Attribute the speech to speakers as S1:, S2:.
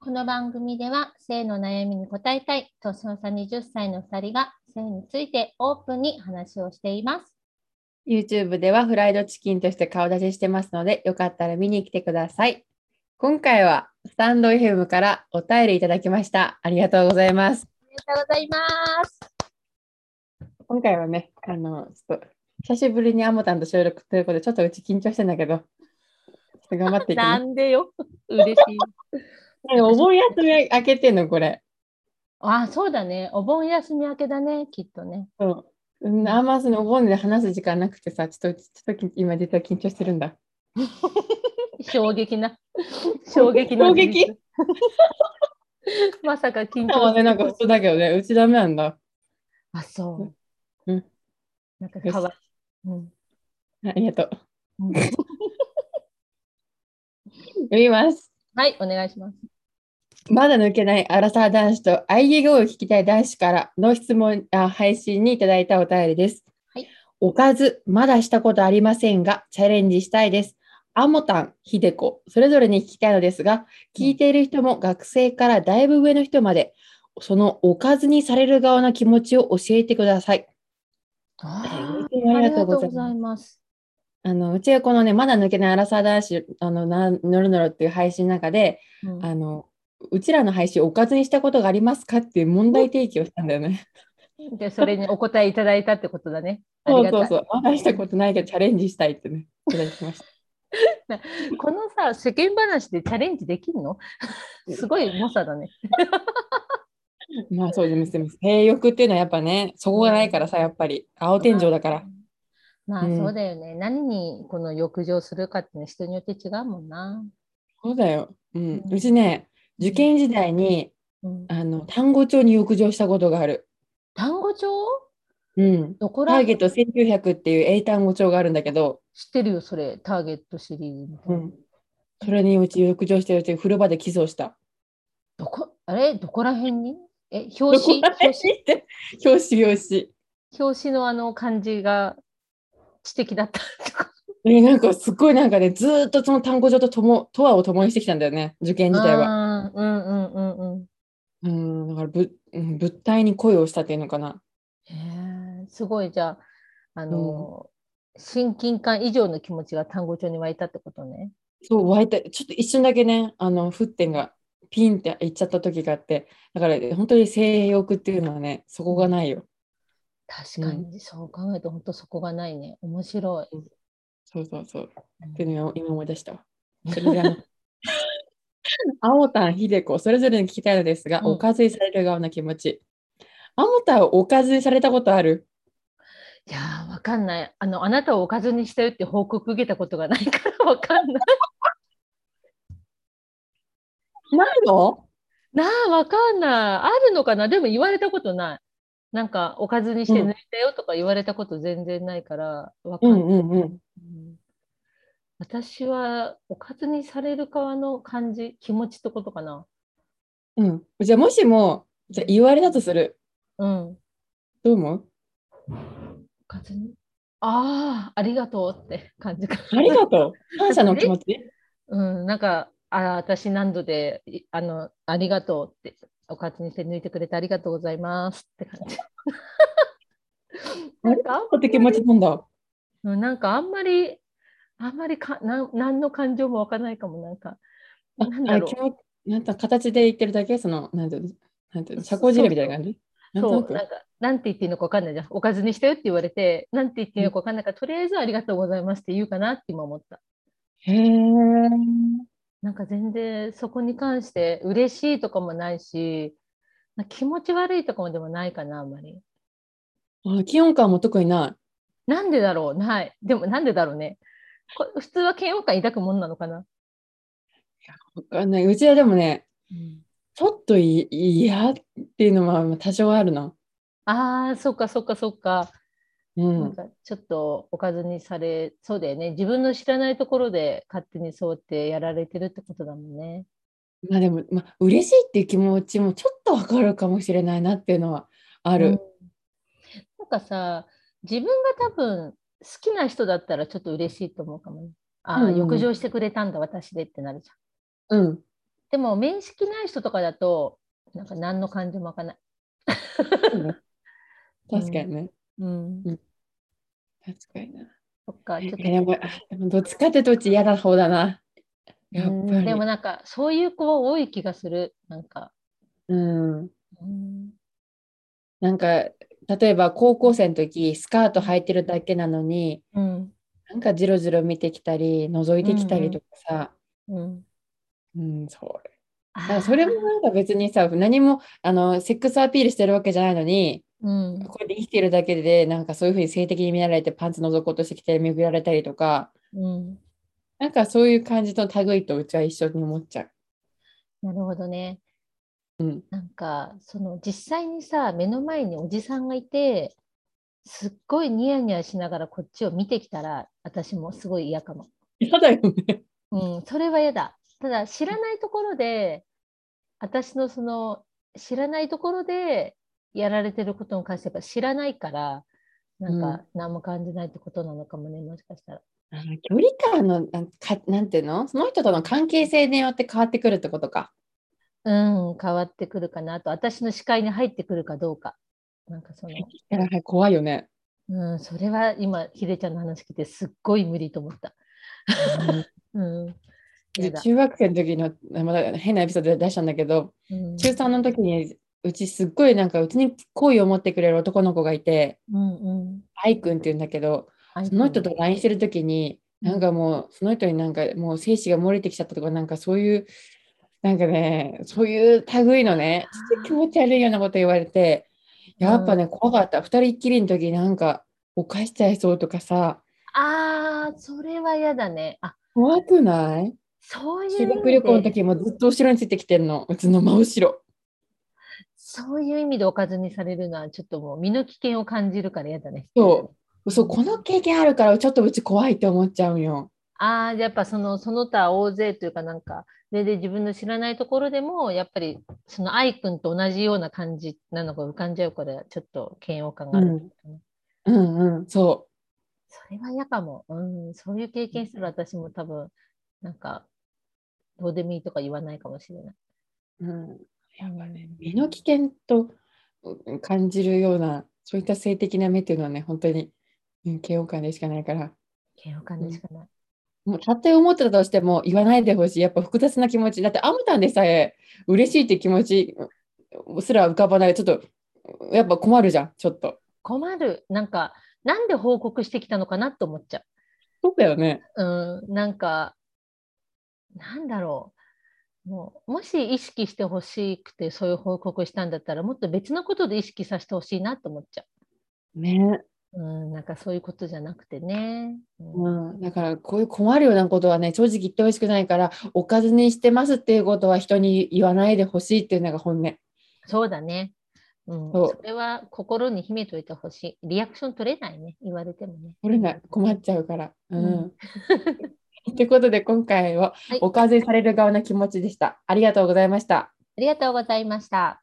S1: この番組では性の悩みに答えたい年の差20歳の2人が性についてオープンに話をしています。
S2: YouTube ではフライドチキンとして顔出ししてますので、よかったら見に来てください。今回はスタンド FM からお便りいただきました。ありがとうございます。
S1: ありがとうございます。
S2: 今回はね、あの、ちょっと久しぶりにアモタンと収録ということで、ちょっとうち緊張してんだけど、ちょっと頑張っていき ます。
S1: んでよ。嬉しい。
S2: ねお盆休み明けてんの、これ。
S1: ああ、そうだね。お盆休み明けだね、きっとね。
S2: そう。うん、あんまそのお盆で話す時間なくてさ、ちょっと、ちょっと今実は緊張してるんだ。
S1: 衝撃な。 衝撃の事実
S2: 衝
S1: まさか緊張
S2: 今はね、なんか普通だけどね、うちダメなんだ。
S1: あ、そう。
S2: うん。
S1: なんかかわいい。うん
S2: ありがとう。
S1: うん
S2: 読みます。
S1: はい、お願いします。
S2: まだ抜けないアラサー男子と IEGO を聞きたい男子からの質問あ配信にいただいたお便りです。
S1: はい
S2: おかず、まだしたことありませんが、チャレンジしたいです。アモタン、ヒデコ、それぞれに聞きたいのですが、聞いている人も学生からだいぶ上の人まで、そのおかずにされる側の気持ちを教えてください。
S1: あ
S2: ありがとうございます。
S1: ます。
S2: あのうちはこのね、まだ抜けないアラサー男子、あのなのろのろっていう配信の中で、
S1: うん
S2: あの、うちらの配信をおかずにしたことがありますかっていう問題提起をしたんだよね。
S1: で、それにお答えいただいたってことだね。あ
S2: そ
S1: り
S2: う
S1: が
S2: そ
S1: た
S2: うそう。まだしたことないけどチャレンジしたいってね、いただきま した。
S1: い。このさ、世間話でチャレンジできるのすごい猛者だね。
S2: まあそうですね。性欲っていうのはやっぱね、そこがないからさ、やっぱり。青天井だから。。
S1: まあ、
S2: うん
S1: そうだよね。何にこの浴場するかって、ね、人によって違うもんな。
S2: そうだよ。うん。
S1: うん
S2: うちね、受験時代に、
S1: うん、
S2: あの、単語帳に浴場したことがある。
S1: 単語帳
S2: うん。
S1: どこ
S2: タ
S1: ら
S2: ーゲット1900っていう英単語帳があるんだけど、
S1: 知ってるよ、それ。ターゲットシリーズみたいな。
S2: うん。それにうち浴場してるうち風呂場でキスをした。
S1: どこ、あれどこら辺にえ、表 紙
S2: どこら辺
S1: 表紙
S2: って表紙表紙。
S1: 表紙のあの感じが知的だったとか。
S2: えなんかすごいなんかねずーっとその単語帳とともとはを共にしてきたんだよね受験時代は。
S1: あーうんうんうんうん。
S2: うんだからぶうん物体に恋をしたっていうのかな。
S1: へえすごいじゃあ、あの、親近感以上の気持ちが単語帳に湧いたってことね。
S2: そう湧いたちょっと一瞬だけねあの沸点がピンっていっちゃった時があってだから本当に性欲っていうのはねそこがないよ。
S1: 確かに、そう考えると本当そこがないね。面白い。
S2: そうそうそう。
S1: うん
S2: っていうのを今思い出したわ。それであ の青たん、ひでこ、それぞれに聞きたいのですが、
S1: うん
S2: おかずにされる側の気持ち。青たんをおかずにされたことある
S1: いやー、わかんない。あの、あなたをおかずにしたよって報告受けたことがないから わかんない。
S2: ないの
S1: なあ、わかんない。あるのかなでも言われたことない。なんか、おかずにして
S2: うん
S1: 抜いたよとか言われたこと全然ないから、わか
S2: うんん
S1: ない。
S2: うんうん。
S1: うん私はおかずにされる側の感じ、気持ちってことかな。
S2: うん。じゃあもしも、じゃあ言われたとする。
S1: うん。お
S2: どう思う
S1: かずに。ああ、ありがとうって感じか
S2: ありがとう。感謝の気持ち。
S1: な。 うん、なんか、あー私何度で、いあの、ありがとうって、おかずにして抜いてくれてありがとうございますって感 じ。なんかあんま
S2: って気持ちなんだ。
S1: うんなんかあんまり、あんまりかなん何の感情もわかんないかも、なんか。
S2: あ
S1: なんだろう
S2: あ気持ちなんか形で言ってるだけその、なんていうの、なんていうの、社交辞令みたいな感じなんと
S1: そ
S2: な
S1: う、
S2: く
S1: なんか、なんて言っていいのかわかんないじゃん。おかずにしたよって言われて、なんて言っていいのかわかんないから、とりあえずありがとうございますって言うかなって今思った。
S2: へえ。
S1: なんか全然そこに関して嬉しいとかもないし、まあ気持ち悪いとかもでもないかな、あんまり。
S2: あ気温感も特にな
S1: なんでだろうない。でもなんでだろうね。こ普通は嫌悪感抱くもんなのかな。
S2: い。わかんない。うちはでもね、ちょっとい嫌っていうのも多少あるな。
S1: ああ、そっかそっかそっか。
S2: う
S1: なん
S2: ん。
S1: かちょっとおかずにされ、そうだよね。自分の知らないところで勝手にそうやってやられてるってことだもんね。
S2: まあでも、まあ嬉しいっていう気持ちもちょっとわかるかもしれないなっていうのはあ
S1: うん
S2: る。
S1: なんかさ、自分が多分好きな人だったらちょっと嬉しいと思うかもね。ああ、
S2: うんうん
S1: 浴場してくれたんだ、私でってなるじ
S2: うん。
S1: でも面識ない人とかだとなんか何の感情もわかんない。
S2: 確かにね。
S1: うん、
S2: 確かにな。
S1: そっかちょっと
S2: えでもあでもどっちかってどっち嫌な方だな。やっぱ
S1: うん
S2: り。
S1: でもなんかそういう子多い気がするなんか、
S2: うん、
S1: うん、
S2: なんか例えば高校生の時スカート履いてるだけなのに
S1: うん
S2: なんかジロジロ見てきたり覗いてきたりとかさ、
S1: うん、
S2: うんそれ
S1: あ
S2: だか
S1: ー
S2: らそれもなんか別にさ何もあのセックスアピールしてるわけじゃないのに
S1: うん
S2: こうやって生きてるだけでなんかそういうふうに性的に見られてパンツ覗こうとしてきて見送られたりとか
S1: うん、
S2: なんかそういう感じの類とうちは一緒に思っちゃう。
S1: なるほどね
S2: うん、
S1: なんかその実際にさ目の前におじさんがいてすっごいニヤニヤしながらこっちを見てきたら私もすごい嫌かも、
S2: 嫌だよね。
S1: うん、それは嫌だただ知らないところで私のその知らないところでやられてることに関しては知らないからなんか何も感じないってことなのかもねもしかしたら。
S2: あの距離感のなんかなんていうのその人との関係性によって変わってくるってことか。
S1: うん、変わってくるかなあと、私の視界に入ってくるかどうか。なんかその、
S2: いやはい怖いよね。
S1: うん、それは今、ひでちゃんの話聞いて、すっごい無理と思った。 うん。やだ。
S2: 中学生の時のまだ変なエピソードで出したんだけど
S1: うん。
S2: 中3の時にうちすっごいなんかうちに好意を持ってくれる男の子がいて
S1: うんうん。
S2: 愛くんっていうんだけどその人と LINE してる時になんかもうその人になんかもう精子が漏れてきちゃったとかなんかそういうなんかねそういう類のね気持ち悪いようなこと言われてやっぱね怖かった二人っきりの時なんか犯しちゃいそうとかさ
S1: ああ、それは嫌だね。あ、
S2: 怖くない
S1: そういう意
S2: 修
S1: 味
S2: 学旅行の
S1: で、
S2: 時もずっと後ろについてきてるの、うちの真後ろ。
S1: そういう意味でおかずにされるのは、ちょっともう身の危険を感じるから嫌だね。
S2: そう。そう、この経験あるから、ちょっとうち怖いって思っちゃうんよ。
S1: ああ、やっぱその、その他大勢というかなんか、全然自分の知らないところでも、やっぱりその愛くんと同じような感じなのが浮かんじゃうから、ちょっと嫌悪感がある。
S2: うんうん、そ
S1: それは嫌かも。うん、そういう経験する私も多分、なんか、どうでもいいとか言わないかもしれない。
S2: う。うん、やっぱね、身の危険とうん感じるような、そういった性的な目っていうのはね、本当に、うん、嫌悪感でしかないから、
S1: 嫌悪感でしかない。
S2: もうたとえ思ってたとしても言わないでほしい。やっぱ複雑な気持ち。だって、アムタンでさえ嬉しいっていう気持ちうんすら浮かばない。ちょっと、やっぱ困るじゃん、ちょっと。
S1: 困る。なんか、なんで報告してきたのかなと思っちゃ
S2: そうだよね。
S1: う。うん、なんか、なんだろう。もうもし意識してほしくてそういう報告したんだったらもっと別のことで意識させてほしいなと思っちゃ
S2: ね
S1: う。うん、なんかそういうことじゃなくてね。うん
S2: うん、だからこういう困るようなことはね正直言ってほしくないからおかずにしてますっていうことは人に言わないでほしいっていうのが本音
S1: そうだね。うん、
S2: そう
S1: それは心に秘めといてほしい。リアクション取れないね、言われてもね。
S2: これが困っちゃうから。うん
S1: う
S2: ってことで今回はおかずにされる側の気持ちでした。ありがとうございました。
S1: ありがとうございました。